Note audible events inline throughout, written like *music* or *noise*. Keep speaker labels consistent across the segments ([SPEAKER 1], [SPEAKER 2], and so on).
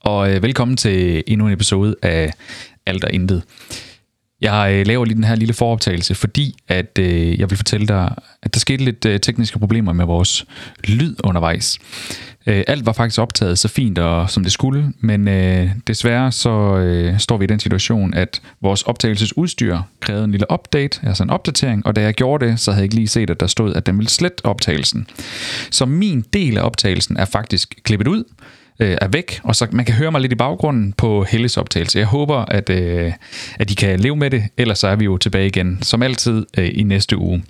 [SPEAKER 1] og øh, velkommen til endnu en episode af Alt og Intet. Jeg øh, laver lige den her lille foroptagelse, fordi at øh, jeg vil fortælle dig, at der skete lidt øh, tekniske problemer med vores lyd undervejs. Øh, alt var faktisk optaget så fint og som det skulle, men øh, desværre så øh, står vi i den situation, at vores optagelsesudstyr krævede en lille update, altså en opdatering, og da jeg gjorde det, så havde jeg ikke lige set, at der stod, at den ville slette optagelsen. Så min del af optagelsen er faktisk klippet ud, øh, er væk, og så man kan høre mig lidt i baggrunden på Helles optagelse. Jeg håber, at, øh, at I kan leve med det, ellers så er vi jo tilbage igen, som altid, øh, i næste uge.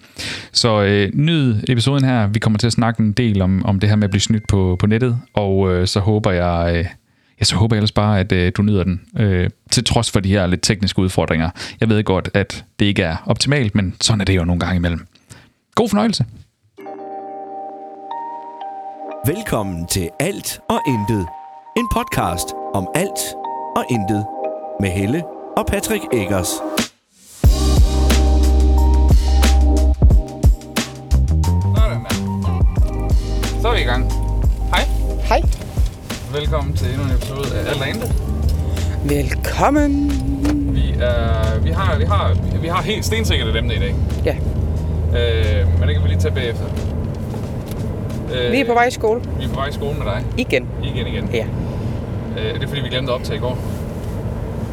[SPEAKER 1] Så øh, nyd episoden her. Vi kommer til at snakke en del om, om det her med at blive snydt på, på nettet, og øh, så håber jeg... Øh, Ja, så håber jeg ellers bare, at øh, du nyder den, øh, til trods for de her lidt tekniske udfordringer. Jeg ved godt, at det ikke er optimalt, men sådan er det jo nogle gange imellem. God fornøjelse!
[SPEAKER 2] Velkommen til Alt og Intet. En podcast om alt og intet. Med Helle og Patrick Eggers.
[SPEAKER 1] Sådan der. Så er vi i gang. Hej.
[SPEAKER 3] Hej.
[SPEAKER 1] Velkommen til endnu en episode af Alt og Intet.
[SPEAKER 3] Velkommen.
[SPEAKER 1] Vi, er, vi, har, vi, har, vi har helt stensikkert et emne i dag,
[SPEAKER 3] Ja,
[SPEAKER 1] øh, men det kan vi lige tage bagefter. Øh,
[SPEAKER 3] vi er på vej i skole
[SPEAKER 1] Vi er på vej i skolen med dig.
[SPEAKER 3] igen.
[SPEAKER 1] Igen, igen.
[SPEAKER 3] Ja,
[SPEAKER 1] Øh, det er fordi, vi glemte at optage i går.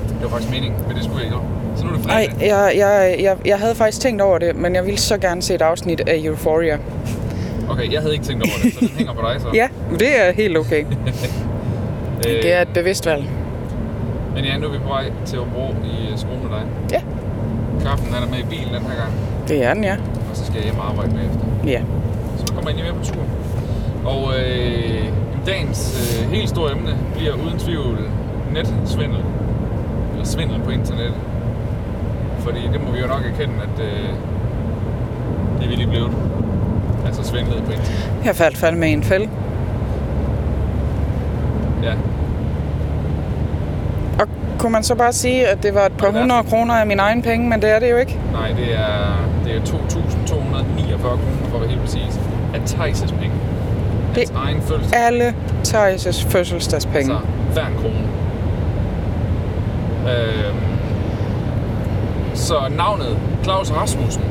[SPEAKER 1] Det var faktisk meningen, men det skulle jeg i går. Så nu er det
[SPEAKER 3] nej,
[SPEAKER 1] fredag.
[SPEAKER 3] jeg, jeg, jeg, jeg havde faktisk tænkt over det, men jeg ville så gerne se et afsnit af Euphoria.
[SPEAKER 1] Okay, jeg havde ikke tænkt over det, så den hænger på dig så.
[SPEAKER 3] *laughs* Ja, det er helt okay.
[SPEAKER 1] øh,
[SPEAKER 3] Det er et bevidst valg.
[SPEAKER 1] Men ja, nu er vi på vej til Aarhus i øh, skolen med dig.
[SPEAKER 3] Ja,
[SPEAKER 1] Kaffen han er med i bilen den her gang,
[SPEAKER 3] det er den, ja.
[SPEAKER 1] og så skal jeg hjem og arbejde bagefter.
[SPEAKER 3] Ja,
[SPEAKER 1] Så nu kommer jeg lige med på tur. Og øh, jamen, dagens øh, helt store emne bliver uden tvivl netsvindel. Eller svindel på internettet. Fordi det må vi jo nok erkende, at øh, det er vi lige blevet. Altså svindlet på internettet.
[SPEAKER 3] jeg faldt fandme med en fælde.
[SPEAKER 1] Ja.
[SPEAKER 3] Og kunne man så bare sige, at det var et par
[SPEAKER 1] Ja.
[SPEAKER 3] hundrede kroner af mine egne penge, men det er det jo ikke.
[SPEAKER 1] Nej, det er, det er 2.249 kroner, for at være helt præcis, af Thijs' penge. Hans
[SPEAKER 3] Det
[SPEAKER 1] egen følelse.
[SPEAKER 3] Alle Thijs' fødselsdagspenge.
[SPEAKER 1] Altså, hver en krone. Øhm, så navnet Claus Rasmussen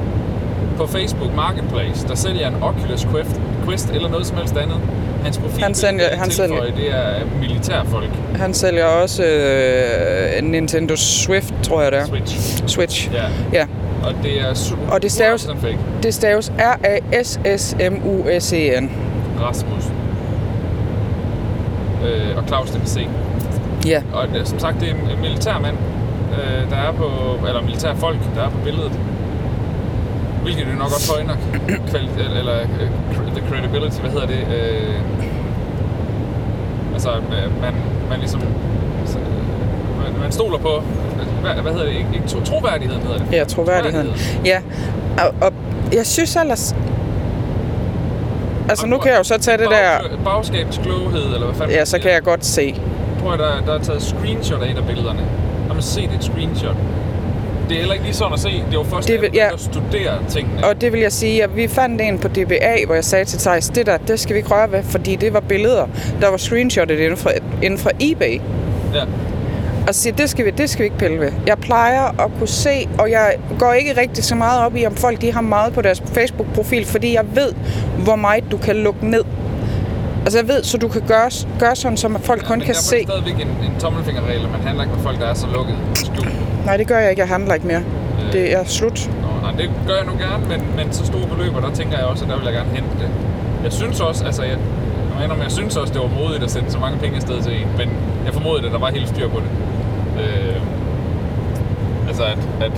[SPEAKER 1] på Facebook Marketplace, der sælger en Oculus Quest, Quest eller noget som helst andet. Hans profil
[SPEAKER 3] Han sælger-
[SPEAKER 1] vil jeg
[SPEAKER 3] han
[SPEAKER 1] tilføje,
[SPEAKER 3] sælger-
[SPEAKER 1] det er militærfolk.
[SPEAKER 3] Han sælger også øh, Nintendo Swift, tror jeg det er.
[SPEAKER 1] Switch.
[SPEAKER 3] Switch.
[SPEAKER 1] Ja.
[SPEAKER 3] Ja,
[SPEAKER 1] Og det er super
[SPEAKER 3] Og det staves-
[SPEAKER 1] 100% fake.
[SPEAKER 3] det staves R-A-S-S-M-U-S-E-N.
[SPEAKER 1] Rasmussen. Øh, og Claus det med C.
[SPEAKER 3] Ja,
[SPEAKER 1] Og det, som sagt, det er en en militærmand, øh, der er på, eller militærfolk, der er på billedet. Hvilket jo nok også højner kvali- eller, eller øh, cre- the credibility, hvad hedder det? Øh, altså, øh, man, man ligesom, så, øh, man, man stoler på, øh, hvad, hvad hedder det? Ikke, ikke tro, troværdigheden hedder det.
[SPEAKER 3] Ja, troværdigheden. Ja, og, og jeg synes ellers... Altså, nu kan jeg jo så tage det der...
[SPEAKER 1] Bag, bagskabets kloghed, eller hvad fanden
[SPEAKER 3] Ja,
[SPEAKER 1] man
[SPEAKER 3] så
[SPEAKER 1] siger.
[SPEAKER 3] kan jeg godt se.
[SPEAKER 1] Prøv at der, der er taget screenshot af et af billederne. Har man set et screenshot? Det er heller ikke lige sådan at se. Det er jo først,
[SPEAKER 3] Det
[SPEAKER 1] det,
[SPEAKER 3] vil-
[SPEAKER 1] at ja.
[SPEAKER 3] ja.
[SPEAKER 1] at studere tingene.
[SPEAKER 3] Og det vil jeg sige, at vi fandt en på DBA, hvor jeg sagde til Thijs, det der, det skal vi ikke røre ved, fordi det var billeder, der var screenshotet inden fra, inden fra eBay.
[SPEAKER 1] Ja.
[SPEAKER 3] Og så siger, jeg, det skal, vi, det skal vi ikke pille ved. Jeg plejer at kunne se, og jeg går ikke rigtig så meget op i, om folk de har meget på deres Facebook-profil, fordi jeg ved, hvor meget du kan lukke ned. Altså jeg ved, så du kan gøre, gøre sådan, så folk kun
[SPEAKER 1] Men
[SPEAKER 3] kan
[SPEAKER 1] derfor
[SPEAKER 3] se.
[SPEAKER 1] er det stadigvæk en, en tommelfingerregel, at man handler ikke med folk, der er så lukket. skjult.
[SPEAKER 3] Nej, det gør jeg ikke. Jeg handler ikke mere.
[SPEAKER 1] Øh.
[SPEAKER 3] Det er slut.
[SPEAKER 1] Nå, nej, det gør jeg nu gerne, men, men så store beløb, og der tænker jeg også, at der vil jeg gerne hente det. Jeg synes også, altså jeg, jeg, må indrømme, jeg synes også, det var modigt at sende så mange penge afsted til en, men jeg formodede, at der var helt styr på det. Øh, altså at, at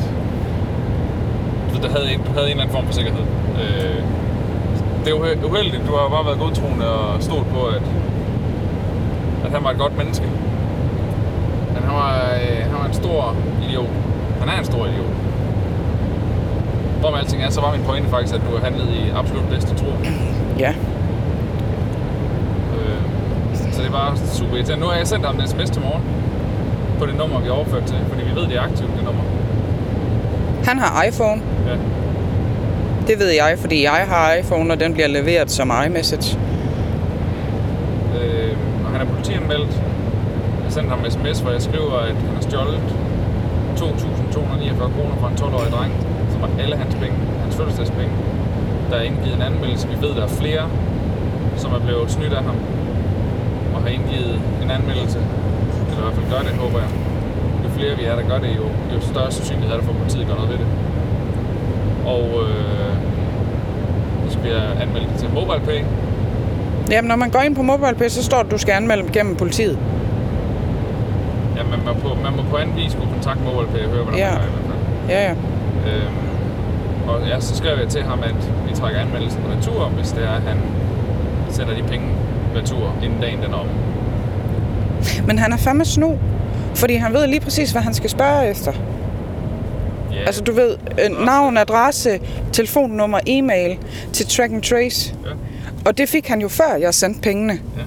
[SPEAKER 1] du ved, der havde, en- du havde en eller anden form for sikkerhed. Øh, det er uhe- uheldigt, du har jo bare været godtroende og stolt på, at, at han var et godt menneske. Men han var, øh, han var en stor idiot. Han er en stor idiot. Hvor med alting er, så var min pointe faktisk, at du handlede i absolut bedste tro.
[SPEAKER 3] Ja.
[SPEAKER 1] Øh, så det var super irriterende. Nu har jeg sendt ham en sms til morgen på det nummer, vi er overført til, fordi vi ved, det er aktivt, det nummer.
[SPEAKER 3] Han har iPhone.
[SPEAKER 1] Ja.
[SPEAKER 3] Det ved jeg, fordi jeg har iPhone, og den bliver leveret som iMessage.
[SPEAKER 1] Øh, og han er politianmeldt. har sendt ham en sms, hvor jeg skriver, at han har stjålet 2.249 kroner fra en 12-årig dreng, som var alle hans penge, hans fødselsdagspenge. Der er indgivet en anmeldelse. Vi ved, der er flere, som er blevet snydt af ham og har indgivet en anmeldelse. Eller i hvert fald gør det, håber jeg. Jo flere vi er, der gør det, jo, jo større sandsynlighed er der for, at politiet gør noget ved det. Og øh, så skal jeg anmelde det til MobilePay.
[SPEAKER 3] Jamen, når man går ind på MobilePay, så står der, at du skal anmelde dem gennem politiet.
[SPEAKER 1] Ja, man, må på, man må på anden vis kunne kontakte MobilePay og høre, hvordan
[SPEAKER 3] Ja.
[SPEAKER 1] man gør i hvert fald.
[SPEAKER 3] Ja, ja.
[SPEAKER 1] Øhm, og ja, så skrev jeg til ham, at vi trækker anmeldelsen retur, hvis det er, at han sender de penge retur, inden dagen den er omme.
[SPEAKER 3] Men han er fandme snu, fordi han ved lige præcis, hvad han skal spørge efter.
[SPEAKER 1] Ja,
[SPEAKER 3] Altså, du ved, øh, navn, adresse, telefonnummer, e-mail til track and trace.
[SPEAKER 1] Ja.
[SPEAKER 3] Og det fik han jo før, jeg sendte pengene.
[SPEAKER 1] Ja.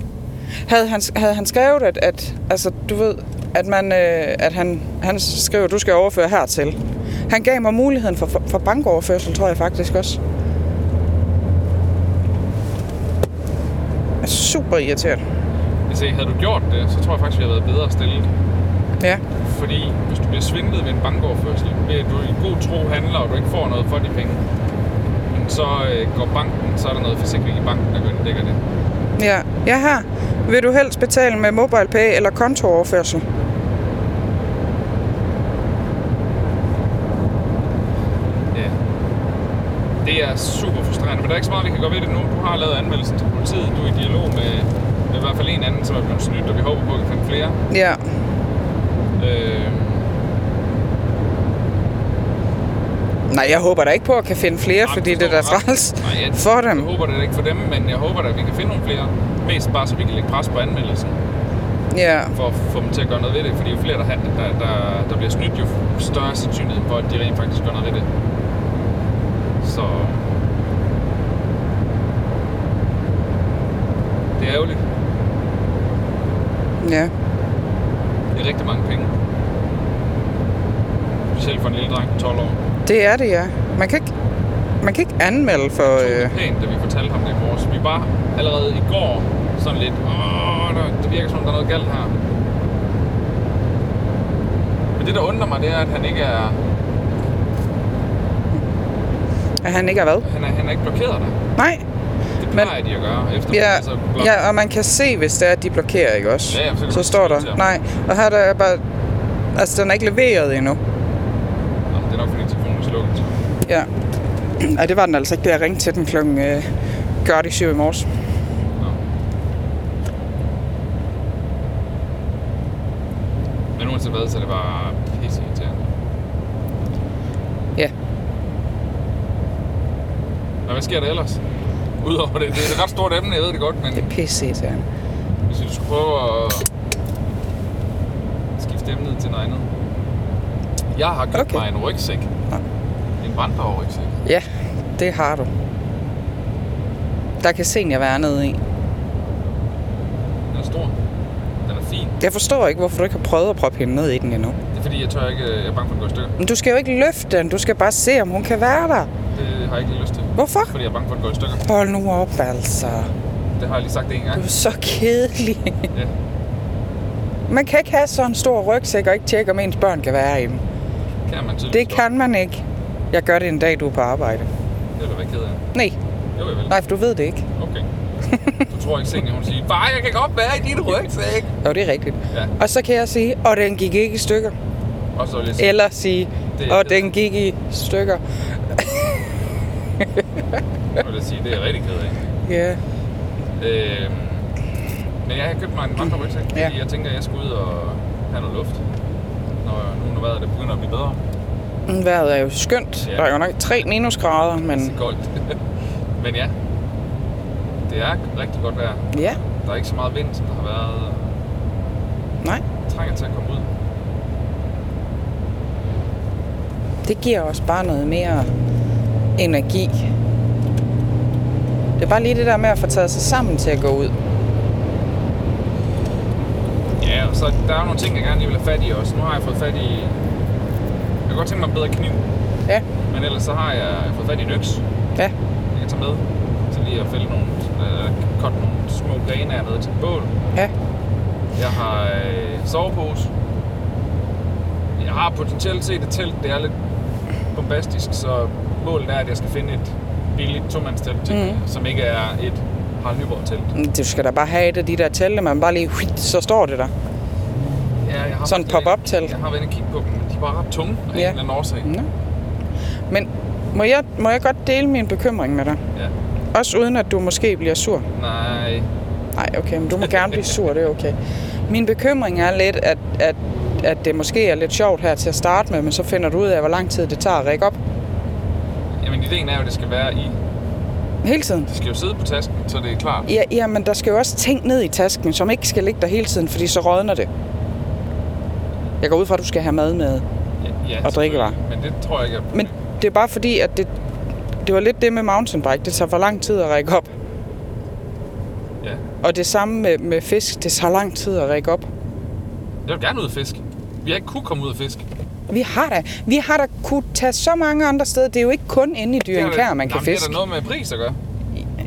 [SPEAKER 3] Havde, han, havde han skrevet, at, at altså, du ved, at, man, øh, at han, han skrev, at du skal overføre hertil. Han gav mig muligheden for, for, for bankoverførsel, tror jeg faktisk også. Er super irriteret.
[SPEAKER 1] Hvis ikke havde du gjort det, så tror jeg faktisk, vi havde været bedre stillet.
[SPEAKER 3] Ja.
[SPEAKER 1] Fordi hvis du bliver svindlet ved en bankoverførsel, ved at du i god tro handler, og du ikke får noget for de penge, men så øh, går banken, så er der noget forsikring i banken, der går ind og dækker det.
[SPEAKER 3] Ja, jeg har. Vil du helst betale med MobilePay eller kontooverførsel?
[SPEAKER 1] Ja. Det er super frustrerende, men der er ikke så meget, vi kan gøre ved det nu. Du har lavet anmeldelsen til politiet, du er i dialog med, med i hvert fald en anden, som er blevet snydt, og vi håber på, at vi kan finde flere.
[SPEAKER 3] Ja.
[SPEAKER 1] Øh,
[SPEAKER 3] Nej, jeg håber da ikke på, at jeg kan finde flere, fordi det er da træls
[SPEAKER 1] Nej, jeg,
[SPEAKER 3] for dem.
[SPEAKER 1] jeg håber det da ikke for dem, men jeg håber da, at vi kan finde nogle flere. Mest bare, så vi kan lægge pres på anmeldelsen,
[SPEAKER 3] Ja,
[SPEAKER 1] for at få dem til at gøre noget ved det. Fordi jo flere, der, har- der, der, der bliver snydt, jo større er sandsynligheden for, at de rent faktisk gør noget ved det. Så... Det er ærgerligt.
[SPEAKER 3] ja.
[SPEAKER 1] Det er rigtig mange penge. Specielt for en lille dreng på 12 år.
[SPEAKER 3] Det er det, ja. Man kan ikke, man kan ikke anmelde for...
[SPEAKER 1] Det
[SPEAKER 3] Øh,
[SPEAKER 1] var pænt, da vi fortalte ham det i morges. Vi var allerede i går sådan lidt, åh, der, det virker som, om der er noget galt her. Men det, der undrer mig, det er, at han ikke er,
[SPEAKER 3] at han ikke er hvad?
[SPEAKER 1] han er, han er ikke blokeret dig.
[SPEAKER 3] Nej.
[SPEAKER 1] Det
[SPEAKER 3] Men-
[SPEAKER 1] plejer de at gøre. Efter
[SPEAKER 3] Ja,
[SPEAKER 1] altså, blok-
[SPEAKER 3] ja, og man kan se, hvis det er, at de blokerer, ikke også?
[SPEAKER 1] Ja, ja, så kan
[SPEAKER 3] så
[SPEAKER 1] man
[SPEAKER 3] står
[SPEAKER 1] skrive til
[SPEAKER 3] der.
[SPEAKER 1] ham.
[SPEAKER 3] Nej, og her der er bare... Altså, den er ikke leveret endnu.
[SPEAKER 1] Nå, det er nok, fordi telefonen er slukket.
[SPEAKER 3] Ja. Og det var den altså ikke, da jeg ringte til den klokken øh, kvart i syv i morges.
[SPEAKER 1] Nå. Men uanset hvad, så er det bare pisse irriterende.
[SPEAKER 3] Ja.
[SPEAKER 1] Og hvad sker der ellers? Udover det, det er et ret stort emne, jeg ved det godt, men
[SPEAKER 3] Det er pisse irriterende.
[SPEAKER 1] hvis vi skulle prøve at skifte emnet til noget andet. Jeg har købt
[SPEAKER 3] Okay.
[SPEAKER 1] okay. mig en rygsæk.
[SPEAKER 3] Nå.
[SPEAKER 1] En brandbar-rygsæk.
[SPEAKER 3] Ja, det har du. Der kan senior være nede i.
[SPEAKER 1] Den er stor. Den er fin.
[SPEAKER 3] Jeg forstår ikke, hvorfor du ikke har prøvet at proppe hende ned i den endnu.
[SPEAKER 1] Det er fordi, jeg tør ikke, jeg er bange for, at den går i stykker.
[SPEAKER 3] Men du skal jo ikke løfte den, du skal bare se, om hun kan være der.
[SPEAKER 1] Det har jeg ikke lige lyst til.
[SPEAKER 3] Hvorfor?
[SPEAKER 1] Fordi jeg er bange for, at den går i stykker.
[SPEAKER 3] Hold nu op, altså.
[SPEAKER 1] Det har jeg lige sagt en gang.
[SPEAKER 3] Du er så kedelig.
[SPEAKER 1] Ja.
[SPEAKER 3] Man kan ikke have sådan en stor rygsæk og ikke tjekke, om ens børn kan være i den.
[SPEAKER 1] Kan man tydeligvis
[SPEAKER 3] Det
[SPEAKER 1] godt.
[SPEAKER 3] kan man ikke. Jeg gør det en dag, du er på arbejde.
[SPEAKER 1] Det er du da ikke ked af.
[SPEAKER 3] Nej,
[SPEAKER 1] Jo, jeg vil.
[SPEAKER 3] nej, for du ved det ikke.
[SPEAKER 1] Okay. Du tror ikke, Senior, hun siger, Far, jeg kan godt være i din rygsæk.
[SPEAKER 3] Jo, det er rigtigt.
[SPEAKER 1] Ja.
[SPEAKER 3] Og så kan jeg sige, og den gik ikke i stykker.
[SPEAKER 1] Og så vil jeg sige,
[SPEAKER 3] Eller sige,
[SPEAKER 1] Det er
[SPEAKER 3] og
[SPEAKER 1] kedeligt."
[SPEAKER 3] den gik i stykker.
[SPEAKER 1] jeg vil jeg sige det er jeg rigtig ked af.
[SPEAKER 3] Ja,
[SPEAKER 1] Øhm, men jeg har købt mig en vandre rygsæk, fordi
[SPEAKER 3] Ja.
[SPEAKER 1] jeg tænker, at jeg skal ud og have noget luft. Når nu når vejret det begynder at blive bedre.
[SPEAKER 3] Mm, vejret er jo
[SPEAKER 1] Ja.
[SPEAKER 3] skønt.
[SPEAKER 1] Altså.
[SPEAKER 3] Der er jo nok 3 minusgrader, men
[SPEAKER 1] Det er koldt. *laughs* men ja, det er rigtig godt vejr.
[SPEAKER 3] ja,
[SPEAKER 1] Der er ikke så meget vind, som der har været.
[SPEAKER 3] nej.
[SPEAKER 1] Jeg trænger til at komme ud.
[SPEAKER 3] Det giver os bare noget mere energi. Det er bare lige det der med at få taget sig sammen til at gå ud.
[SPEAKER 1] Ja, og så der er jo nogle ting, jeg gerne lige vil have fat i også. Nu har jeg fået fat i... Jeg kunne godt tænke mig en bedre kniv,
[SPEAKER 3] Ja,
[SPEAKER 1] men ellers så har jeg fået fat i en øks,
[SPEAKER 3] ja,
[SPEAKER 1] jeg kan tage med. Så lige at fælde nogle, øh, kotte nogle små grene af ned til et bål.
[SPEAKER 3] ja.
[SPEAKER 1] Jeg har øh, sovepose. Jeg har potentielt set et telt. Det er lidt bombastisk, så målet er, at jeg skal finde et billigt tomandstelt, mm. som ikke er et Harald Nyborg-telt.
[SPEAKER 3] Du skal da bare have et af de der telte, man bare lige, huit, så står det der.
[SPEAKER 1] Ja, jeg har
[SPEAKER 3] Sådan
[SPEAKER 1] faktisk været
[SPEAKER 3] pop-up
[SPEAKER 1] inde-
[SPEAKER 3] telt.
[SPEAKER 1] Jeg har været inde og kigge på dem, men de er bare ret tunge af ja. en
[SPEAKER 3] Ja. Mm.
[SPEAKER 1] eller anden årsag.
[SPEAKER 3] Nå. Men må jeg, må jeg godt dele min bekymring med dig?
[SPEAKER 1] Ja.
[SPEAKER 3] Også uden at du måske bliver sur.
[SPEAKER 1] Nej,
[SPEAKER 3] Nej, okay, men du må gerne blive sur, det er okay. Min bekymring er lidt, at, at, at det måske er lidt sjovt her til at starte med, men så finder du ud af, hvor lang tid det tager at række op.
[SPEAKER 1] jamen ideen er jo, at det skal være i...
[SPEAKER 3] Hele tiden.
[SPEAKER 1] Det skal jo sidde på tasken, så det er klart.
[SPEAKER 3] Ja, ja, men der skal jo også ting ned i tasken, som ikke skal ligge der hele tiden, fordi så rådner det. Jeg går ud fra, at du skal have mad med.
[SPEAKER 1] Ja, ja,
[SPEAKER 3] Og drikkevarer.
[SPEAKER 1] selvfølgelig, Men det tror jeg ikke, at...
[SPEAKER 3] Men det er bare fordi, at det, det var lidt det med mountainbike. Det tager for lang tid at række op.
[SPEAKER 1] Ja.
[SPEAKER 3] Og det samme med, med fisk. Det tager lang tid at række op.
[SPEAKER 1] Jeg vil gerne ud og fiske. Vi har ikke kunne komme ud og fiske.
[SPEAKER 3] Vi har da, vi har da kunne tage så mange andre steder. Det er jo ikke kun inde i
[SPEAKER 1] Det
[SPEAKER 3] dyren
[SPEAKER 1] har-
[SPEAKER 3] kær, man kan
[SPEAKER 1] Jamen, Det
[SPEAKER 3] fiske.
[SPEAKER 1] er da noget med pris at gøre.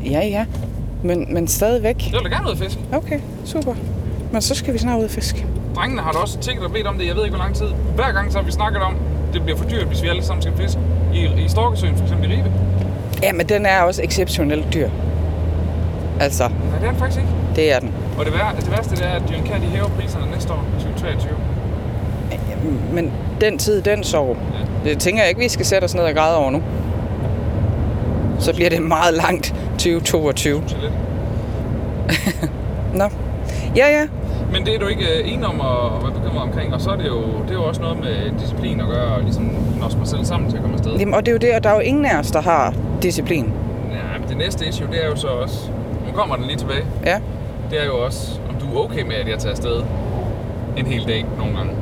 [SPEAKER 3] Ja, ja. Men, men stadigvæk.
[SPEAKER 1] Jeg vil da gerne ud og fiske.
[SPEAKER 3] Okay, super. Men så skal vi snart ud og fiske.
[SPEAKER 1] Drengene har da også tækket og bedt om det, jeg ved ikke hvor lang tid. Hver gang så har vi snakket om, det bliver for dyrt, hvis vi alle sammen skal fiske. I, i Storkesøen, for eksempel i Ribe.
[SPEAKER 3] Ja, men den er også exceptionelt dyr. Altså,
[SPEAKER 1] Nej, det er den faktisk ikke.
[SPEAKER 3] det er den.
[SPEAKER 1] Og det, vær, det værste det er, at Dyren Kær, de hæver priserne næste år, 2023.
[SPEAKER 3] Men den tid, den sov. Det tænker jeg ikke, vi skal sætte os ned og græde over nu. Så bliver det meget langt 2022.
[SPEAKER 1] Så lidt.
[SPEAKER 3] Nå. Ja, ja.
[SPEAKER 1] Men det er du ikke øh, enig om at være bekymret omkring, og så er det jo, det er jo også noget med disciplin at gøre, og ligesom når mig selv sammen til at komme afsted.
[SPEAKER 3] Jamen, og det er jo det, og der er jo ingen af os, der har disciplin.
[SPEAKER 1] Ja, men det næste issue, det er jo så også, nu kommer den lige tilbage,
[SPEAKER 3] Ja.
[SPEAKER 1] det er jo også, om du er okay med, at jeg tager afsted en hel dag nogle gange.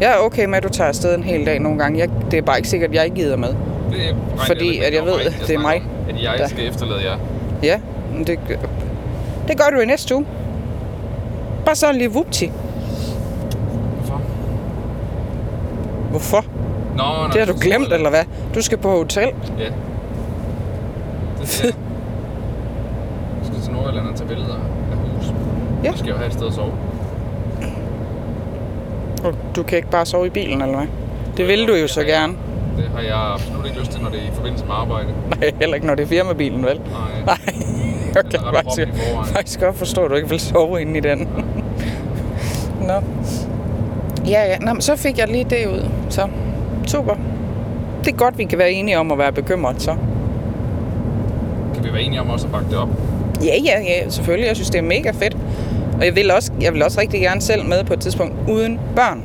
[SPEAKER 3] Jeg er okay med, at du tager afsted en hel dag nogle gange. Jeg, det er bare ikke sikkert, at jeg gider med.
[SPEAKER 1] Det regner
[SPEAKER 3] Fordi
[SPEAKER 1] lidt med,
[SPEAKER 3] at jeg
[SPEAKER 1] det var
[SPEAKER 3] ved,
[SPEAKER 1] jeg
[SPEAKER 3] det er mig,
[SPEAKER 1] snakkede om, At jeg
[SPEAKER 3] der-
[SPEAKER 1] skal efterlade jer.
[SPEAKER 3] Ja, men det, det gør du i næste uge. Bare sådan lige vupti.
[SPEAKER 1] Hvorfor?
[SPEAKER 3] Hvorfor?
[SPEAKER 1] Nå, nå,
[SPEAKER 3] Det har du
[SPEAKER 1] så-
[SPEAKER 3] glemt, eller hvad? Du skal på hotel.
[SPEAKER 1] Ja. Det skal jeg. Jeg skal til Nordjylland og tage billeder af hus.
[SPEAKER 3] Ja.
[SPEAKER 1] Nu skal jeg jo have et sted at sove.
[SPEAKER 3] Og Du kan ikke bare sove i bilen, eller hvad? Det vil du jo så gerne. *laughs*
[SPEAKER 1] Det har jeg absolut ikke lyst til, når det er i forbindelse med arbejde.
[SPEAKER 3] Nej, heller ikke, når det er firmabilen, vel? *laughs*
[SPEAKER 1] Nej.
[SPEAKER 3] Nej, jeg kan
[SPEAKER 1] Den er ret
[SPEAKER 3] faktisk,
[SPEAKER 1] proppet i forvejen.
[SPEAKER 3] *laughs* faktisk godt forstå, at du ikke vil sove inde i den. *laughs* Nå. Ja, ja. Nå, men så fik jeg lige det ud. Så super. Det er godt, vi kan være enige om at være bekymret, så.
[SPEAKER 1] Kan vi være enige om også at bakke det op?
[SPEAKER 3] Ja, ja, ja, selvfølgelig. Jeg synes, det er mega fedt. Og jeg vil også, jeg vil også rigtig gerne selv med på et tidspunkt uden børn.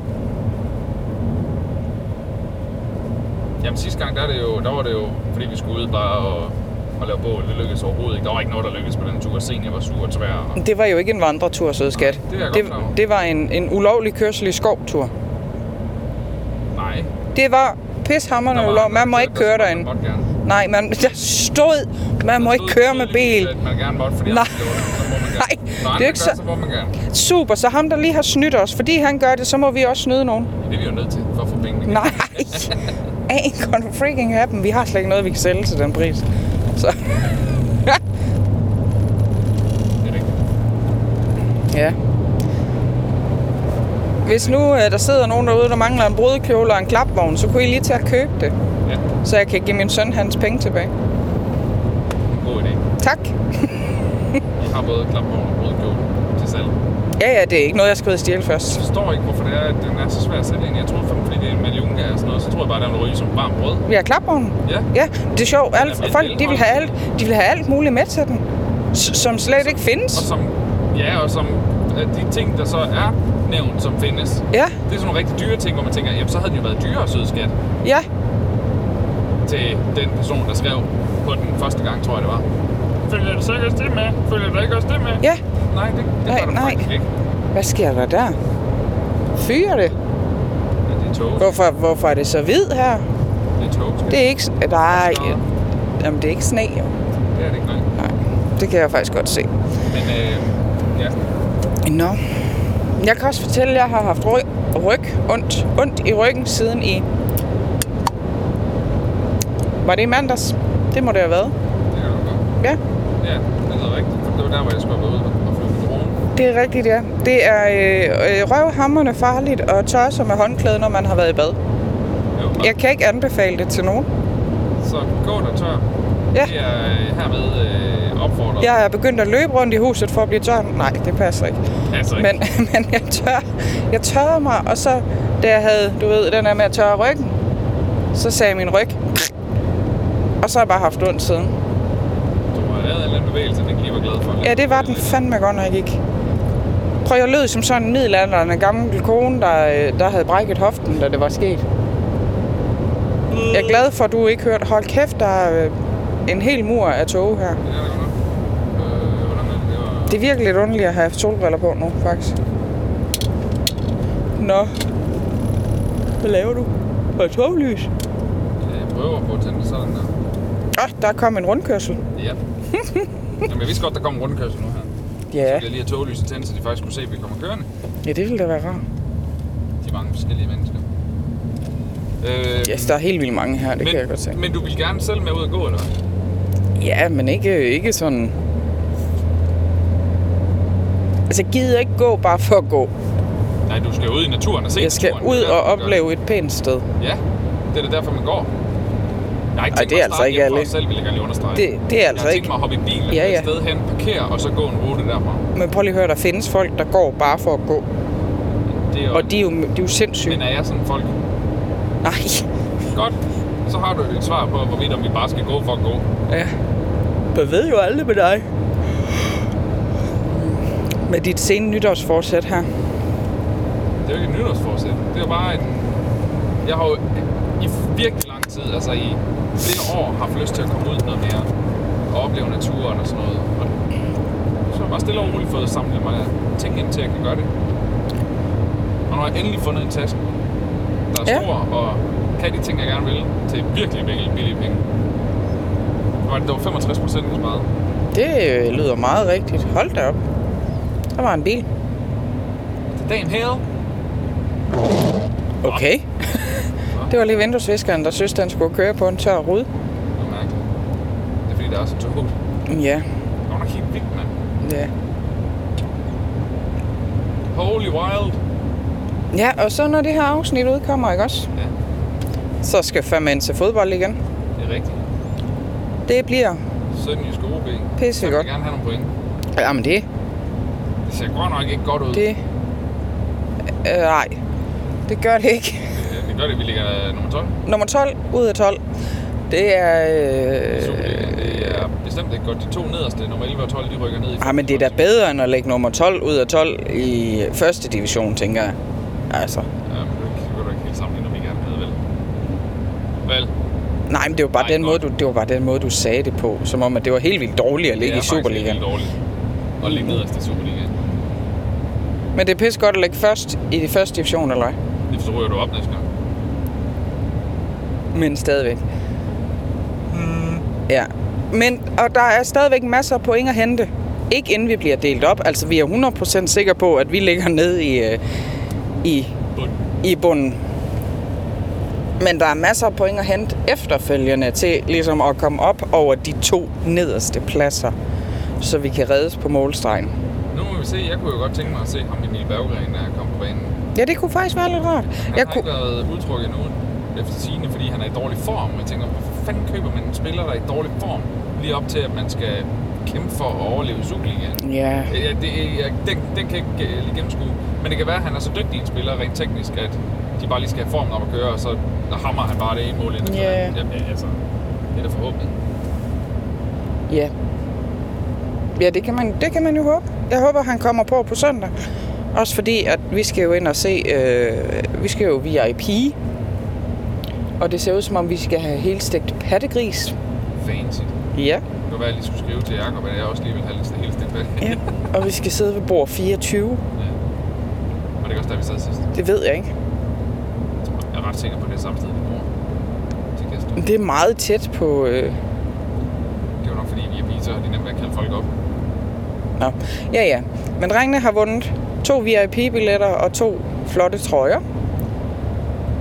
[SPEAKER 1] Jamen sidste gang, der, er det jo, der var det jo, fordi vi skulle ud bare og, og lave bål. Det lykkedes overhovedet ikke. Der var ikke noget, der lykkedes på den tur. Senior var sur og tvær. Og...
[SPEAKER 3] Det var jo ikke en vandretur, søde skat.
[SPEAKER 1] Nej, det er jeg godt
[SPEAKER 3] det,
[SPEAKER 1] klar over.
[SPEAKER 3] det var en, en ulovlig kørsel i skovtur.
[SPEAKER 1] Nej.
[SPEAKER 3] Det var pishammerende
[SPEAKER 1] Der var
[SPEAKER 3] ulovligt. Man må
[SPEAKER 1] andre
[SPEAKER 3] ikke
[SPEAKER 1] steder,
[SPEAKER 3] køre
[SPEAKER 1] der
[SPEAKER 3] derinde.
[SPEAKER 1] måtte gerne.
[SPEAKER 3] Nej, man, der stod, man må
[SPEAKER 1] Der
[SPEAKER 3] ikke
[SPEAKER 1] stod
[SPEAKER 3] køre med
[SPEAKER 1] tydeligvis,
[SPEAKER 3] bil.
[SPEAKER 1] At man gerne måtte, fordi
[SPEAKER 3] Nej.
[SPEAKER 1] andre gjorde det, så må man gerne.
[SPEAKER 3] Nej,
[SPEAKER 1] Når
[SPEAKER 3] det
[SPEAKER 1] andre
[SPEAKER 3] er ikke
[SPEAKER 1] gør,
[SPEAKER 3] så-
[SPEAKER 1] så må man gerne.
[SPEAKER 3] Super, så ham, der lige har snydt os, fordi han gør det, så må vi også snyde nogen.
[SPEAKER 1] Det er vi jo nødt til, for at få pengene. igen.
[SPEAKER 3] Nej, *laughs* ain't gonna freaking happen. Vi har slet ikke noget, vi kan sælge til den pris. Så
[SPEAKER 1] Det er rigtigt.
[SPEAKER 3] ja. Hvis nu øh, der sidder nogen derude, der mangler en brudekjole og en klapvogn, så kunne I lige tage at købe det,
[SPEAKER 1] Ja,
[SPEAKER 3] så jeg kan give min søn hans penge tilbage.
[SPEAKER 1] en god idé.
[SPEAKER 3] Tak.
[SPEAKER 1] Vi har både klapvogn og brødkjole til salg.
[SPEAKER 3] Ja, ja, det er ikke noget, jeg skal ud og stjæle først.
[SPEAKER 1] Jeg forstår ikke, hvorfor det er, at den er så svær at sætte ind. Jeg tror, fordi det er en malunga og sådan noget, så tror jeg bare, der er en ryge som varmt brød.
[SPEAKER 3] Vi har klapvognen.
[SPEAKER 1] Ja.
[SPEAKER 3] Ja, det er sjovt.
[SPEAKER 1] Den er
[SPEAKER 3] Alt, folk, de vil, have alt,
[SPEAKER 1] velholdt.
[SPEAKER 3] de vil have alt muligt med til den, s- som slet ikke
[SPEAKER 1] Og
[SPEAKER 3] findes.
[SPEAKER 1] som, ja, og som at de ting, der så er nævnt, som findes.
[SPEAKER 3] Ja,
[SPEAKER 1] Det er sådan nogle rigtig dyre ting, hvor man tænker, jamen så havde den jo været dyrere, søde skat,
[SPEAKER 3] ja.
[SPEAKER 1] til den person, der skrev på den første gang, tror jeg det var. Følger du så ikke også det med? Følger du ikke også det med?
[SPEAKER 3] Ja.
[SPEAKER 1] Nej, det, det
[SPEAKER 3] Nej,
[SPEAKER 1] gør du
[SPEAKER 3] nej.
[SPEAKER 1] faktisk ikke.
[SPEAKER 3] Hvad sker der der? Fyrer det?
[SPEAKER 1] Ja, det er tog.
[SPEAKER 3] Hvorfor, hvorfor er det så hvid her?
[SPEAKER 1] Det er tog.
[SPEAKER 3] Det er ikke... s- Nej, jamen, det er ikke sne. jo.
[SPEAKER 1] Det er det ikke, nej.
[SPEAKER 3] Nej, det kan jeg faktisk godt se.
[SPEAKER 1] Men øh, ja,
[SPEAKER 3] Nå. Jeg kan også fortælle, at jeg har haft ryg, ryg ondt, ondt i ryggen siden i... Var det i mandags? Det må det have været.
[SPEAKER 1] det kan du godt.
[SPEAKER 3] Ja.
[SPEAKER 1] Ja, det lyder rigtigt. For det var der, hvor jeg skulle have været ude og flyve med dronen.
[SPEAKER 3] Det er rigtigt, ja. Det er øh, øh, røvhammerne farligt at tørre sig med håndklæde, når man har været i bad.
[SPEAKER 1] Jo, og
[SPEAKER 3] Jeg kan ikke anbefale det til nogen.
[SPEAKER 1] Så gå der tør.
[SPEAKER 3] Ja.
[SPEAKER 1] Det er øh, hermed øh, opfordret.
[SPEAKER 3] Jeg er begyndt at løbe rundt i huset for at blive tør. Nej, det passer ikke.
[SPEAKER 1] Altså, ikke?
[SPEAKER 3] Men, *laughs* men jeg, tør, jeg tørrede mig, og så da jeg havde, du ved, den der med at tørre ryggen, så sagde min ryg, og så har jeg bare haft ondt siden.
[SPEAKER 1] Du har lavet en eller anden bevægelse, den ikke lige var glad for. Øh,
[SPEAKER 3] Ja, det var den fandme godt, når jeg gik. Prøv, jeg lød som sådan en middelalderende gammel kone, der, øh, der havde brækket hoften, da det var sket. Jeg er glad for, at du ikke hørte. Hold kæft, der er øh, en hel mur af tog her.
[SPEAKER 1] Ja, det var nok. Øh, hvordan er det? Det var...
[SPEAKER 3] Det er virkelig lidt underligt at have solbriller på nu, faktisk. Nå. Hvad laver du? Har du toglys?
[SPEAKER 1] Jeg øh, prøver på at tænde det sådan der.
[SPEAKER 3] Åh, oh, der kom en rundkørsel. *laughs*
[SPEAKER 1] Ja. Jamen, jeg vidste godt, der kom en rundkørsel nu her.
[SPEAKER 3] Ja.
[SPEAKER 1] Jeg lige have toglyset tændt, så de faktisk kunne se, at vi kommer kørende.
[SPEAKER 3] Ja, det ville da være rart.
[SPEAKER 1] De mange forskellige mennesker. Øh,
[SPEAKER 3] Yes, der er helt vildt mange her, det
[SPEAKER 1] men,
[SPEAKER 3] kan jeg godt se.
[SPEAKER 1] Men du vil gerne selv med ud og gå, eller hvad?
[SPEAKER 3] Ja, men ikke, ikke sådan... Altså, jeg gider ikke gå bare for at gå.
[SPEAKER 1] Nej, du skal ud i naturen og se
[SPEAKER 3] Jeg skal
[SPEAKER 1] naturen.
[SPEAKER 3] ud
[SPEAKER 1] Det er
[SPEAKER 3] og
[SPEAKER 1] derfor, man gør
[SPEAKER 3] opleve et pænt sted.
[SPEAKER 1] det. Ja, det er da derfor, man går. Jeg har ikke
[SPEAKER 3] Ej,
[SPEAKER 1] tænkt
[SPEAKER 3] det
[SPEAKER 1] mig
[SPEAKER 3] er
[SPEAKER 1] at
[SPEAKER 3] altså
[SPEAKER 1] starte
[SPEAKER 3] ikke
[SPEAKER 1] hjemmefra
[SPEAKER 3] alle.
[SPEAKER 1] selv, vil jeg gerne lige understrege.
[SPEAKER 3] Det, det er
[SPEAKER 1] jeg
[SPEAKER 3] altså
[SPEAKER 1] har tænkt
[SPEAKER 3] ikke...
[SPEAKER 1] mig at hoppe i bilen
[SPEAKER 3] Ja,
[SPEAKER 1] ja, ja.
[SPEAKER 3] ja.
[SPEAKER 1] et sted hen, parkere og så gå en rute derfra.
[SPEAKER 3] Men prøv lige at høre, der findes folk, der går bare for at gå.
[SPEAKER 1] Det er jo,
[SPEAKER 3] Og de er jo, de er jo sindssyge.
[SPEAKER 1] Men er jeg sådan folk?
[SPEAKER 3] Nej.
[SPEAKER 1] Godt, så har du et svar på, hvorvidt om vi bare skal gå for at gå.
[SPEAKER 3] Ja. Jeg ved jo aldrig med dig. Med dit sene nytårsforsæt her.
[SPEAKER 1] Det er jo ikke et nytårsforsæt. Det er jo bare en... Jeg har jo i virkelig lang tid, altså i flere år, haft lyst til at komme ud noget mere. Og opleve naturen og sådan noget. Og så har jeg bare stille og roligt fået samlet mig ting ind til, at jeg kan gøre det. Og nu har jeg endelig fundet en taske, der er
[SPEAKER 3] Ja.
[SPEAKER 1] stor og kan de ting, jeg gerne vil, til virkelig, virkelig billige penge. Det var, det var 65 procent meget.
[SPEAKER 3] Det øh, lyder meget rigtigt. Hold da op. Der var en bil.
[SPEAKER 1] Til dagen her,
[SPEAKER 3] Okay. *laughs* det var lige vinduesviskeren, der synes, den skulle køre på en tør rude.
[SPEAKER 1] Det er mærkeligt. Det er fordi, der er så tungt.
[SPEAKER 3] Ja,
[SPEAKER 1] Det var nok helt vildt, mand.
[SPEAKER 3] ja.
[SPEAKER 1] Holy wild.
[SPEAKER 3] Ja, og så når det her afsnit udkommer, ikke også?
[SPEAKER 1] Ja.
[SPEAKER 3] Så skal fandme ind til fodbold igen.
[SPEAKER 1] Det er rigtigt.
[SPEAKER 3] Det bliver.
[SPEAKER 1] Sønderjysk OB.
[SPEAKER 3] Pissegodt.
[SPEAKER 1] Jeg vil gerne have nogle point.
[SPEAKER 3] Jamen det,
[SPEAKER 1] Det ser godt nok ikke godt ud.
[SPEAKER 3] det... Øh, nej, det gør det ikke.
[SPEAKER 1] Ja, Det gør det, vi ligger øh, nummer 12.
[SPEAKER 3] Nummer 12 ud af 12. Det er...
[SPEAKER 1] Superligaen.
[SPEAKER 3] Øh,
[SPEAKER 1] Det er bestemt ikke godt. De to nederste, nummer 11 og 12, de rykker ned i
[SPEAKER 3] ah, men det er da bedre end at lægge nummer 12 ud af 12 i første division, tænker jeg. Altså,
[SPEAKER 1] Ja, men det kan du ikke helt sammenligne, når vi gerne med, vel? Vel,
[SPEAKER 3] nej, men det var bare,
[SPEAKER 1] Nej,
[SPEAKER 3] den måde,
[SPEAKER 1] godt.
[SPEAKER 3] du, det var bare den måde, du sagde det på. Som om, at det var helt vildt dårligt at
[SPEAKER 1] det
[SPEAKER 3] ligge
[SPEAKER 1] er
[SPEAKER 3] i Superligaen.
[SPEAKER 1] helt dårligt. Og ligge nederst i Superligaen.
[SPEAKER 3] Men det er pisse godt at ligge først i de første division, eller hvad?
[SPEAKER 1] Det så ryger du op næste gang.
[SPEAKER 3] Men stadigvæk. Ja. Men, og der er stadigvæk masser af point at hente. Ikke inden vi bliver delt op. Altså, vi er 100% sikre på, at vi ligger ned i, øh, i,
[SPEAKER 1] Bund.
[SPEAKER 3] i bunden. Men der er masser af point at hente efterfølgende til ligesom at komme op over de to nederste pladser, så vi kan reddes på målstregen.
[SPEAKER 1] Nu må vi se. Jeg kunne jo godt tænke mig at se ham i Niel Berggren, der kom på banen.
[SPEAKER 3] Ja, det kunne faktisk være lidt rart.
[SPEAKER 1] Han jeg har kunne... ikke været udtrykket endnu efter sigende, fordi han er i dårlig form. Jeg tænker, hvorfor fanden køber man en spiller, der er i dårlig form, lige op til, at man skal kæmpe for at overleve i Superligaen?
[SPEAKER 3] Ja,
[SPEAKER 1] Ja, det, jeg, den, den kan jeg ikke øh, lige gennemskue. Men det kan være, at han er så dygtig en spiller rent teknisk, at de bare lige skal have formen op at køre, og så hammer han bare det ene mål ind. efter
[SPEAKER 3] Ja.
[SPEAKER 1] det andet. Jamen, Ja, altså, det er da forhåbentlig.
[SPEAKER 3] Ja. Ja, det kan, man, det kan man jo håbe. Jeg håber, han kommer på på søndag. Også fordi, at vi skal jo ind og se, øh, vi skal jo VIP. Og det ser ud som om, vi skal have helstegt pattegris.
[SPEAKER 1] Fancy. Det
[SPEAKER 3] Ja.
[SPEAKER 1] kunne være, at jeg lige skulle skrive til Jacob, at jeg også lige vil have lidt helt stik bag. *laughs*
[SPEAKER 3] ja. Og vi skal sidde ved bord 24.
[SPEAKER 1] Og det er også der, vi sad sidst.
[SPEAKER 3] Det ved jeg ikke.
[SPEAKER 1] Jeg tror, Jeg er ret sikker på, at det er samme sted, vi bor. Til gæster.
[SPEAKER 3] Det er meget tæt på... Øh...
[SPEAKER 1] Det er jo nok fordi, vi er viser, og det er nemt at kalde folk op.
[SPEAKER 3] Nå. Ja, ja. Men drengene har vundet to VIP-billetter og to flotte trøjer.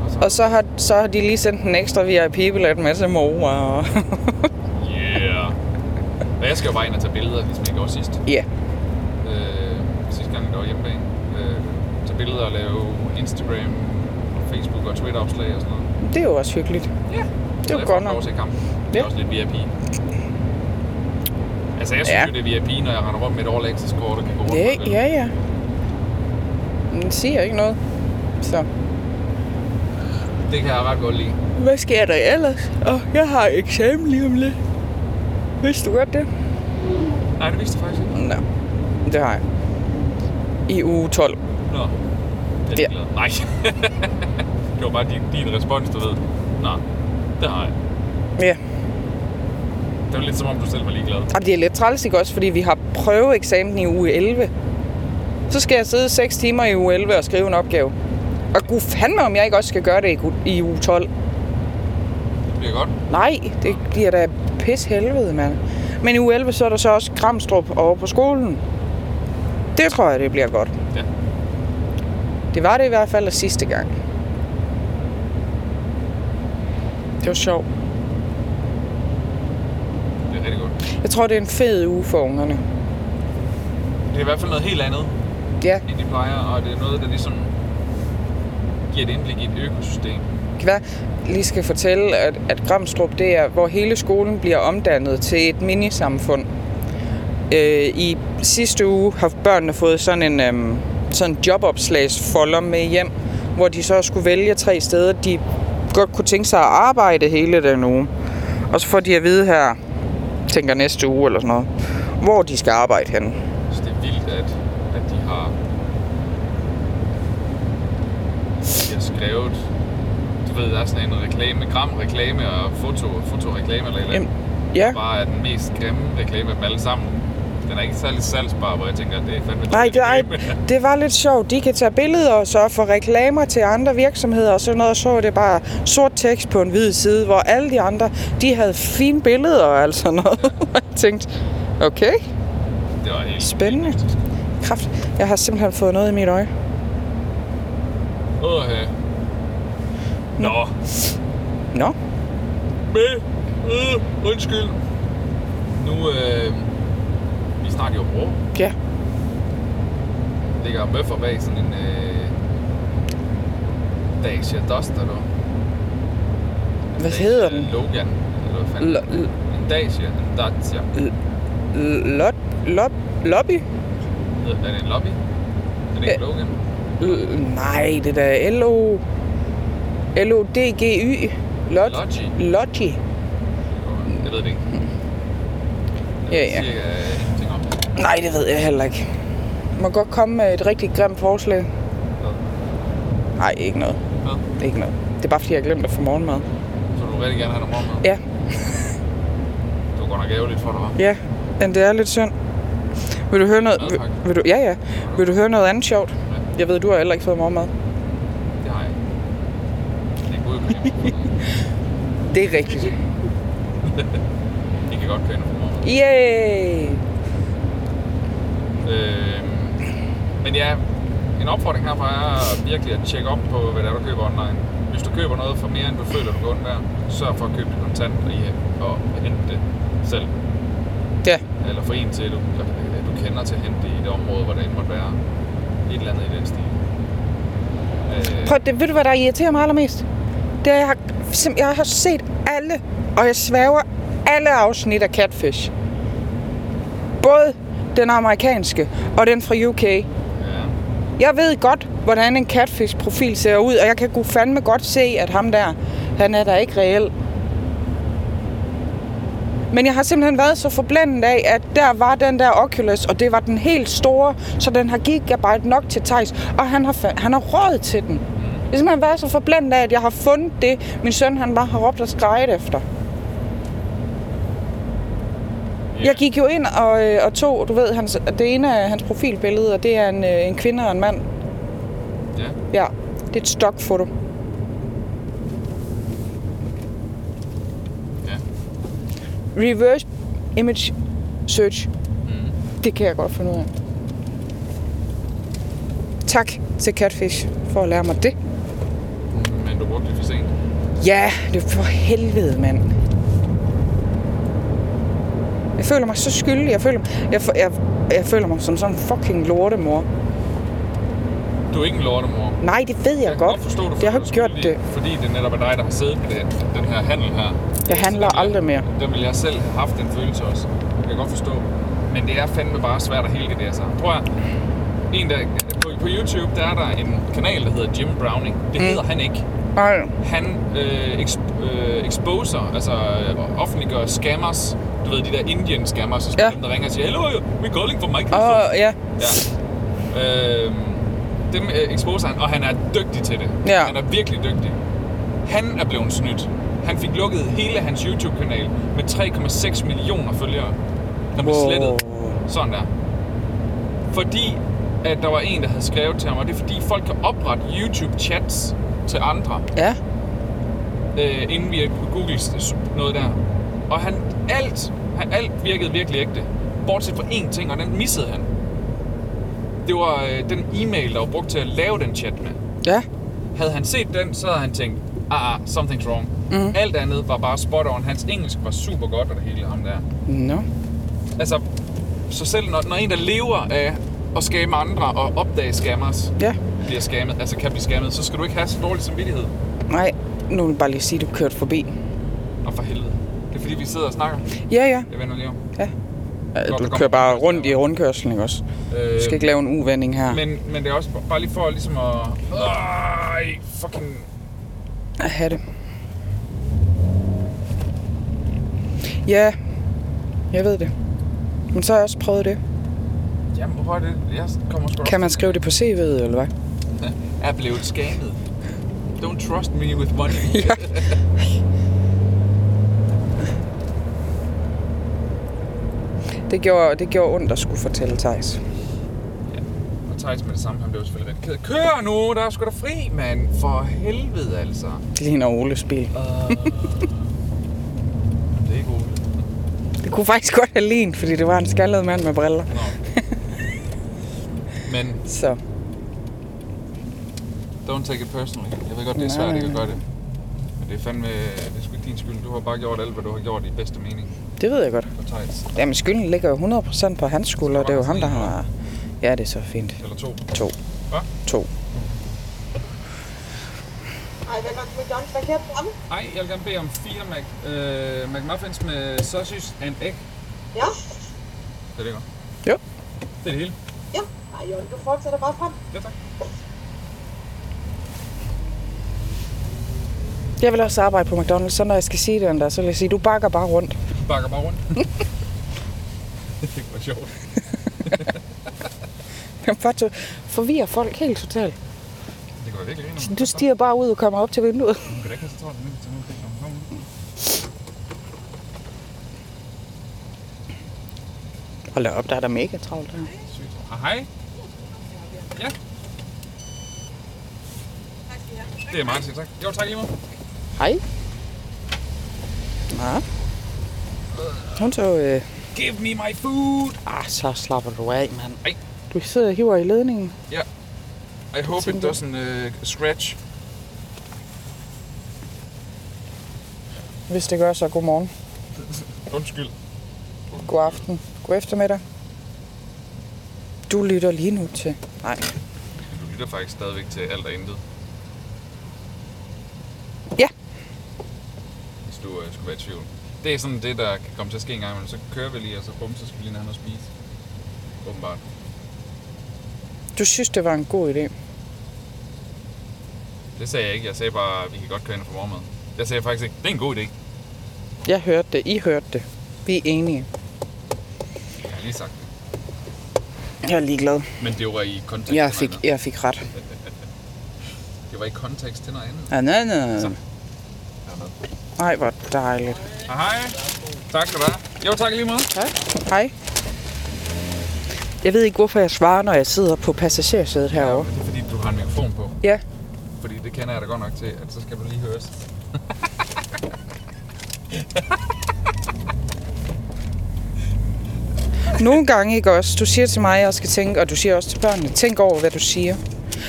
[SPEAKER 1] Og så,
[SPEAKER 3] Og så har, så har de lige sendt en ekstra VIP-billet med til mor. Og...
[SPEAKER 1] yeah. Og jeg skal jo bare ind og tage billeder, ligesom jeg gjorde sidst.
[SPEAKER 3] ja.
[SPEAKER 1] Øh, sidste plan. Øh, tage billeder og lave Instagram, Facebook og Twitter-opslag og sådan noget.
[SPEAKER 3] Det er jo også hyggeligt.
[SPEAKER 1] Ja,
[SPEAKER 3] Det er jo godt nok.
[SPEAKER 1] Lov til kampen. Det er
[SPEAKER 3] Ja.
[SPEAKER 1] også lidt VIP. Altså, jeg synes
[SPEAKER 3] Ja.
[SPEAKER 1] ja. jo, det er VIP, når jeg render rundt med et all access kort og kan gå rundt
[SPEAKER 3] Ja,
[SPEAKER 1] med det.
[SPEAKER 3] ja, ja. Den siger ikke noget. Så.
[SPEAKER 1] Det kan jeg ret godt lide.
[SPEAKER 3] Hvad sker der ellers? Og jeg har eksamen lige om lidt. Vidste du godt det?
[SPEAKER 1] Nej, det vidste jeg faktisk ikke.
[SPEAKER 3] Nej, det har jeg. I uge 12.
[SPEAKER 1] Nå. Det
[SPEAKER 3] Ja.
[SPEAKER 1] er glad. Nej. *laughs* det var bare din, din respons, du ved. Nej, det har jeg.
[SPEAKER 3] Ja.
[SPEAKER 1] Det var lidt som om, du selv var ligeglad.
[SPEAKER 3] Og det er lidt træls, ikke også? Fordi vi har prøveeksamen i uge 11. Så skal jeg sidde 6 timer i uge 11 og skrive en opgave. Og gud fandme, om jeg ikke også skal gøre det i gu- i uge 12.
[SPEAKER 1] Det bliver godt.
[SPEAKER 3] Nej, det bliver da pis helvede, mand. Men i uge 11, så er der så også Kramstrup over på skolen. Det tror jeg, det bliver godt.
[SPEAKER 1] Ja.
[SPEAKER 3] Det var det i hvert fald sidste gang. Det var sjovt.
[SPEAKER 1] Det er rigtig godt.
[SPEAKER 3] Jeg tror, det er en fed uge for ungerne.
[SPEAKER 1] Det er i hvert fald noget helt andet,
[SPEAKER 3] Ja,
[SPEAKER 1] end de plejer, og det er noget, der ligesom giver et indblik i et økosystem.
[SPEAKER 3] kan være, lige skal fortælle, at, at Gramstrup, det er, hvor hele skolen bliver omdannet til et minisamfund. Øh, I sidste uge har børnene fået sådan en øhm, sådan jobopslagsfolder med hjem, hvor de så skulle vælge tre steder, de godt kunne tænke sig at arbejde hele den uge. Og så får de at vide her, tænker næste uge eller sådan noget, hvor de skal arbejde henne.
[SPEAKER 1] Så det er vildt, at, at de har, de har skrevet, du ved, der er sådan en reklame, gram reklame og foto, fotoreklame eller et eller
[SPEAKER 3] Jamen,
[SPEAKER 1] andet.
[SPEAKER 3] ja.
[SPEAKER 1] Bare er den mest grimme reklame af dem alle sammen. Den er ikke særlig salgsbar, hvor jeg tænker, det er fandme
[SPEAKER 3] Nej, det,
[SPEAKER 1] dårlig
[SPEAKER 3] ej,
[SPEAKER 1] reklame. *laughs*
[SPEAKER 3] det var lidt sjovt. De kan tage billeder og så få reklamer til andre virksomheder og sådan noget. Og så var det bare sort tekst på en hvid side, hvor alle de andre, de havde fine billeder og alt sådan noget. *laughs* Og jeg tænkte, okay,
[SPEAKER 1] Det var helt
[SPEAKER 3] spændende. Kraft. Jeg har simpelthen fået noget i mit øje.
[SPEAKER 1] Åh, øh. Nå,
[SPEAKER 3] Nå,
[SPEAKER 1] med, øh, undskyld. Nu, øh, vi er snart i Hobro.
[SPEAKER 3] ja.
[SPEAKER 1] ligger og møffer bag sådan en øh, Dacia Duster, du.
[SPEAKER 3] Hvad hedder den?
[SPEAKER 1] Logan, eller hvad fanden?
[SPEAKER 3] Lo- l-
[SPEAKER 1] en Dacia, en Dacia.
[SPEAKER 3] L- lot, lot, lobby?
[SPEAKER 1] Hedder den en lobby? Er det ikke
[SPEAKER 3] Øh.
[SPEAKER 1] Logan?
[SPEAKER 3] L- nej, det der L-O... L-O-D-G-Y. Lot.
[SPEAKER 1] Logi?
[SPEAKER 3] Lodgy.
[SPEAKER 1] Jeg ved det ikke.
[SPEAKER 3] *laughs* Ja,
[SPEAKER 1] Jeg
[SPEAKER 3] ja.
[SPEAKER 1] ved Cirka øh, ingenting om det.
[SPEAKER 3] Nej, det ved jeg heller ikke. Må godt komme med et rigtig grimt forslag.
[SPEAKER 1] Hvad?
[SPEAKER 3] Nej, ikke noget.
[SPEAKER 1] Hvad?
[SPEAKER 3] Ikke noget. Det er bare fordi, jeg har glemt at få morgenmad.
[SPEAKER 1] Så vil du rigtig gerne have noget morgenmad?
[SPEAKER 3] Ja,
[SPEAKER 1] Det var godt nok ærgerligt for dig, hva'?
[SPEAKER 3] ja. Men det er lidt synd. Vil du høre noget?
[SPEAKER 1] Mad,
[SPEAKER 3] Vil,
[SPEAKER 1] tak.
[SPEAKER 3] vil du, ja, ja. Vil du høre noget andet sjovt? Jeg ved, du har heller ikke fået morgenmad.
[SPEAKER 1] Det har jeg ikke. Det er gode problemer.
[SPEAKER 3] Det er rigtigt.
[SPEAKER 1] I kan godt køre ind og få morgenmad.
[SPEAKER 3] Yay!
[SPEAKER 1] Øh, men ja, en opfordring herfra er virkelig at tjekke op på, hvad det er, du køber online. Hvis du køber noget for mere, end du føler, du kan undvære, sørg for at købe det kontant og, hjem- og hente det selv.
[SPEAKER 3] Ja,
[SPEAKER 1] Eller få en til, du, du kender til at hente det i det område, hvor det end måtte være. Et eller andet i den stil. Øh,
[SPEAKER 3] prøv, det, ved du, hvad der irriterer mig allermest? Det er, jeg har, sim- jeg har set alle, og jeg svæver alle afsnit af Catfish. Både den amerikanske og den fra UK.
[SPEAKER 1] ja.
[SPEAKER 3] Jeg ved godt, hvordan en catfish-profil ser ud, og jeg kan gud fandme godt se, at ham der, han er da ikke reel. Men jeg har simpelthen været så forblændet af, at der var den der Oculus, og det var den helt store, så den har gigabyte nok til Tejs, og han har, fa- han har råd til den. Jeg har simpelthen været Ligesom så forblændet af, at jeg har fundet det, min søn han bare har råbt og skrejet efter. Jeg gik jo ind og, øh, og tog, du ved, hans, det ene af hans profilbillede, og det er en, øh, en kvinde og en mand.
[SPEAKER 1] ja.
[SPEAKER 3] Ja, det er et stokfoto.
[SPEAKER 1] Ja.
[SPEAKER 3] Reverse image search. Det kan jeg godt finde ud af. Tak til Catfish for at lære mig det.
[SPEAKER 1] Men du brugte det for sent.
[SPEAKER 3] Ja, det er for helvede, mand. Jeg føler mig så skyldig. Jeg føler, jeg, jeg, jeg føler mig som sådan en fucking lortemor.
[SPEAKER 1] Du er ikke en lortemor.
[SPEAKER 3] Nej, det ved jeg,
[SPEAKER 1] kan
[SPEAKER 3] godt.
[SPEAKER 1] forstå, du
[SPEAKER 3] jeg har
[SPEAKER 1] føler
[SPEAKER 3] gjort
[SPEAKER 1] skyldig,
[SPEAKER 3] det.
[SPEAKER 1] Fordi det netop er dig, der har siddet med den, den her handel her.
[SPEAKER 3] Jeg handler
[SPEAKER 1] Så den-
[SPEAKER 3] aldrig mere.
[SPEAKER 1] Den ville jeg selv have haft den følelse også. Det kan jeg godt forstå. Men det er fandme bare svært at hele det der sammen. Prøv at en der, på, på YouTube, der er der en kanal, der hedder Jim Browning. Det
[SPEAKER 3] Mm.
[SPEAKER 1] hedder han ikke.
[SPEAKER 3] Nej,
[SPEAKER 1] Han øh, exp- øh, exposer, altså øh, offentliggør scammers. Du ved, de der Indian scammers, som
[SPEAKER 3] Ja.
[SPEAKER 1] dem, der ringer og siger, Hello, we're calling from Microsoft.
[SPEAKER 3] og ja,
[SPEAKER 1] Ja. Øh, dem øh, exposer han, og han er dygtig til det.
[SPEAKER 3] Ja.
[SPEAKER 1] Han er virkelig dygtig. Han er blevet snydt. Han fik lukket hele hans YouTube-kanal med 3,6 millioner følgere. Der blev
[SPEAKER 3] Wow.
[SPEAKER 1] slettet. Sådan der. Fordi at der var en, der havde skrevet til ham, og det er fordi folk kan oprette YouTube-chats til andre
[SPEAKER 3] ja,
[SPEAKER 1] øh, inden vi på Googles noget der. Og han, alt, han, alt virkede virkelig ægte. Bortset fra én ting, og den missede han. Det var øh, den e-mail, der var brugt til at lave den chat med.
[SPEAKER 3] ja.
[SPEAKER 1] Havde han set den, så havde han tænkt, ah, ah something's wrong. Mm. Alt andet var bare spot on. Hans engelsk var super godt, og det hele ham der.
[SPEAKER 3] Nå.
[SPEAKER 1] Altså, så selv når, når en, der lever af at skamme andre og opdage scammers,
[SPEAKER 3] Ja.
[SPEAKER 1] bliver skammet, altså kan blive skammet, så skal du ikke have så dårlig samvittighed.
[SPEAKER 3] Nej, nu vil jeg bare lige sige, at du kørte forbi.
[SPEAKER 1] Og for helvede. Det er fordi, vi sidder og snakker.
[SPEAKER 3] Ja, ja.
[SPEAKER 1] Jeg vender lige om.
[SPEAKER 3] Øh,
[SPEAKER 1] Nå, der
[SPEAKER 3] Du
[SPEAKER 1] kommer-
[SPEAKER 3] kører bare rundt i rundkørslen, ikke også? Du
[SPEAKER 1] Øh,
[SPEAKER 3] skal ikke lave en uvending her.
[SPEAKER 1] men, men det er også bare lige for ligesom at... Ej, fucking...
[SPEAKER 3] at have det. Ja, jeg ved det. Men så har jeg også prøvet det.
[SPEAKER 1] Jamen, prøv det. Jeg kommer sgu
[SPEAKER 3] Kan man skrive det på CV'et, eller hvad?
[SPEAKER 1] *laughs* Er blevet skamet. Don't trust me with money.
[SPEAKER 3] *laughs* Ja. Det gjorde, det gjorde ondt at skulle fortælle Thijs.
[SPEAKER 1] Og Thijs med det samme, han blev selvfølgelig rigtig ked. Kør nu, der er sgu da fri, mand. For helvede, altså.
[SPEAKER 3] Det ligner Oles bil.
[SPEAKER 1] Uh... det er ikke roligt.
[SPEAKER 3] Det kunne faktisk godt have lignet, fordi det var en skaldet mand med briller.
[SPEAKER 1] Nå.
[SPEAKER 3] *laughs*
[SPEAKER 1] Men
[SPEAKER 3] Så
[SPEAKER 1] don't take it personally. Jeg ved godt, det er
[SPEAKER 3] Nej,
[SPEAKER 1] svært ikke at
[SPEAKER 3] nej,
[SPEAKER 1] gøre det. Men det er fandme... Det er sgu ikke din skyld. Du har bare gjort alt, hvad du har gjort i bedste mening.
[SPEAKER 3] det ved jeg godt.
[SPEAKER 1] For Thijs.
[SPEAKER 3] Jamen skylden ligger jo 100% på hans skulder. Det er jo ham, der har... Ja, det er så fint.
[SPEAKER 1] Eller to.
[SPEAKER 3] To.
[SPEAKER 1] Hvad?
[SPEAKER 3] To.
[SPEAKER 4] Ej, der går McDonald's verkehrt frem.
[SPEAKER 1] Ej, jeg vil gerne bede om fire Mac, øh, McMuffins med sausage and egg.
[SPEAKER 4] Ja,
[SPEAKER 1] Det ligger.
[SPEAKER 3] Jo.
[SPEAKER 1] Det er det hele.
[SPEAKER 4] ja. Ej, Jørgen, du fortsætter bare frem.
[SPEAKER 1] Ja, tak.
[SPEAKER 3] Jeg vil også arbejde på McDonald's, så når jeg skal sige den der, så vil jeg sige, du bakker bare rundt.
[SPEAKER 1] Du bakker bare rundt. *laughs* det var sjovt.
[SPEAKER 3] Jamen, bare to- forvirrer folk helt totalt.
[SPEAKER 1] Det går jeg virkelig ind.
[SPEAKER 3] Du stiger bare ud og kommer op til vinduet.
[SPEAKER 1] Du kan da ikke have så travlt, men til nu kan jeg komme
[SPEAKER 3] Hold da op, der er der mega travlt her.
[SPEAKER 1] Sygt. Ah, hej. Ja. Det er Martin, tak. Jo, tak lige måde.
[SPEAKER 3] Hej. Nå. Hun så, øh,
[SPEAKER 1] Give me my food.
[SPEAKER 3] ah, så slapper du af, mand.
[SPEAKER 1] Ej.
[SPEAKER 3] Du sidder og hiver i ledningen.
[SPEAKER 1] I hope it
[SPEAKER 3] Tænker.
[SPEAKER 1] doesn't uh, scratch.
[SPEAKER 3] Hvis det gør, så god morgen,
[SPEAKER 1] Undskyld.
[SPEAKER 3] god aften, god eftermiddag. Du lytter lige nu til. Nej.
[SPEAKER 1] Du lytter faktisk stadigvæk til alt og intet.
[SPEAKER 3] Ja.
[SPEAKER 1] Hvis du øh, skulle være i tvivl. Det er sådan det, der kan komme til at ske en gang imellem. Så kører vi lige, og så bum, så skal vi lige ned og have noget at spise. Åbenbart.
[SPEAKER 3] Du synes, det var en god idé.
[SPEAKER 1] Det sagde jeg ikke. Jeg sagde bare, at vi kan godt køre ind og få morgenmad. Jeg sagde faktisk ikke, det er en god idé.
[SPEAKER 3] Jeg hørte det, I hørte det. Vi er enige.
[SPEAKER 1] Jeg har lige sagt det.
[SPEAKER 3] Jeg er ligeglad.
[SPEAKER 1] Men det var i kontekst
[SPEAKER 3] Jeg
[SPEAKER 1] til
[SPEAKER 3] fik,
[SPEAKER 1] noget
[SPEAKER 3] jeg fik ret.
[SPEAKER 1] andet. Det var i kontekst til noget andet.
[SPEAKER 3] Ah, nej, nej, nej.
[SPEAKER 1] Så.
[SPEAKER 3] Nej, hvor dejligt.
[SPEAKER 1] Ah, hej. Tak skal du have. Jo, tak i lige måde.
[SPEAKER 3] Hej. Jeg ved ikke, hvorfor jeg svarer, når jeg sidder på passagersædet herovre.
[SPEAKER 1] Det er fordi, du har en mikrofon på.
[SPEAKER 3] Ja.
[SPEAKER 1] Fordi det kender jeg da godt nok til, at så skal du lige høres.
[SPEAKER 3] Nogle gange ikke også. Du siger til mig, at jeg skal tænke, og du siger også til børnene, tænk over, hvad du siger.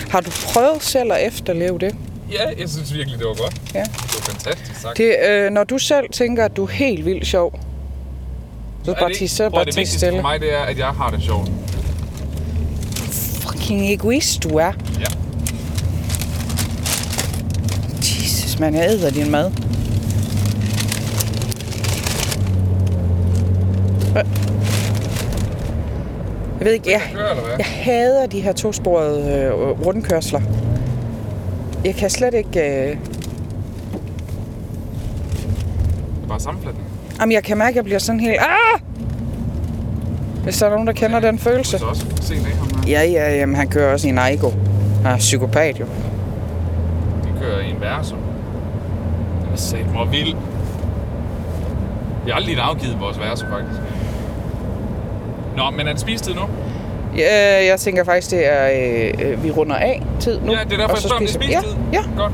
[SPEAKER 3] Har du prøvet selv at efterleve det?
[SPEAKER 1] Ja, jeg synes virkelig, det var godt.
[SPEAKER 3] Ja.
[SPEAKER 1] Det var fantastisk sagt.
[SPEAKER 3] det øh, når du selv tænker, at du er helt vildt sjov, så
[SPEAKER 1] Er
[SPEAKER 3] bare
[SPEAKER 1] det
[SPEAKER 3] tige
[SPEAKER 1] ikke-
[SPEAKER 3] stille,
[SPEAKER 1] Prøv,
[SPEAKER 3] bare
[SPEAKER 1] det
[SPEAKER 3] tige
[SPEAKER 1] vigtigste for
[SPEAKER 3] stille.
[SPEAKER 1] mig, det er, at jeg har det sjovt.
[SPEAKER 3] Fucking egoist du er.
[SPEAKER 1] Ja.
[SPEAKER 3] embedsmand, jeg æder din mad. Øh. Jeg ved ikke, jeg,
[SPEAKER 1] Kører eller hvad?
[SPEAKER 3] jeg hader de her tosporede øh, rundkørsler. Jeg kan slet ikke... Øh,
[SPEAKER 1] Det er bare sammenflætning.
[SPEAKER 3] jamen, jeg kan mærke, at jeg bliver sådan helt... Ah! Hvis der er nogen, der kender den følelse.
[SPEAKER 1] Du også se det ham her.
[SPEAKER 3] Ja, ja, jamen, han kører også i en Aigo. Han er psykopat, jo.
[SPEAKER 1] De kører i en versum. Den er sat mig vild. Vi har aldrig afgivet vores versum, faktisk. Nå, men er det spisetid nu?
[SPEAKER 3] Ja, øh, jeg tænker faktisk, det er, øh, øh, vi runder af tid nu.
[SPEAKER 1] ja, det er derfor,
[SPEAKER 3] og
[SPEAKER 1] jeg
[SPEAKER 3] så
[SPEAKER 1] spørger, om det er
[SPEAKER 3] spiser-
[SPEAKER 1] spisetid.
[SPEAKER 3] Ja, ja.
[SPEAKER 1] Godt.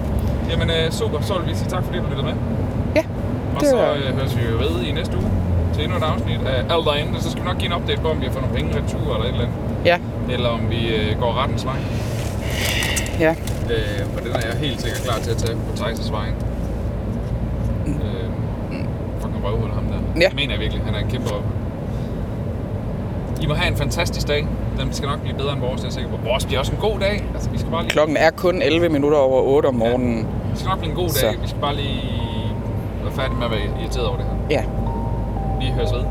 [SPEAKER 1] Jamen, øh, super. Så vil vi sige tak, fordi du lyttede med.
[SPEAKER 3] Ja,
[SPEAKER 1] Og
[SPEAKER 3] det
[SPEAKER 1] så
[SPEAKER 3] var-
[SPEAKER 1] øh, høres vi jo ved i næste uge til endnu et afsnit af Alt Derinde. Så skal vi nok give en update på, om vi har fået nogle penge retur eller et eller andet.
[SPEAKER 3] Ja,
[SPEAKER 1] Eller om vi øh, går rettens vej.
[SPEAKER 3] ja.
[SPEAKER 1] Øh, for den er jeg helt sikkert klar til at tage på Thijs' vejen. Øh, fucking røvhul ham der.
[SPEAKER 3] Ja.
[SPEAKER 1] Det mener jeg virkelig. Han er en kæmpe røvhul. I må have en fantastisk dag. Den skal nok blive bedre end vores, det er jeg sikker på. Vores bliver også en god dag. Altså, vi skal bare lige...
[SPEAKER 3] Klokken er kun 11 minutter over 8 om morgenen.
[SPEAKER 1] Det skal nok blive en god dag.
[SPEAKER 3] Så.
[SPEAKER 1] Vi skal bare lige være færdige med at være irriteret over det her.
[SPEAKER 3] Ja.
[SPEAKER 1] Vi høres ved.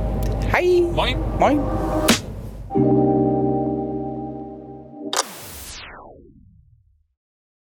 [SPEAKER 3] Hej.
[SPEAKER 1] Moin!
[SPEAKER 3] Moin.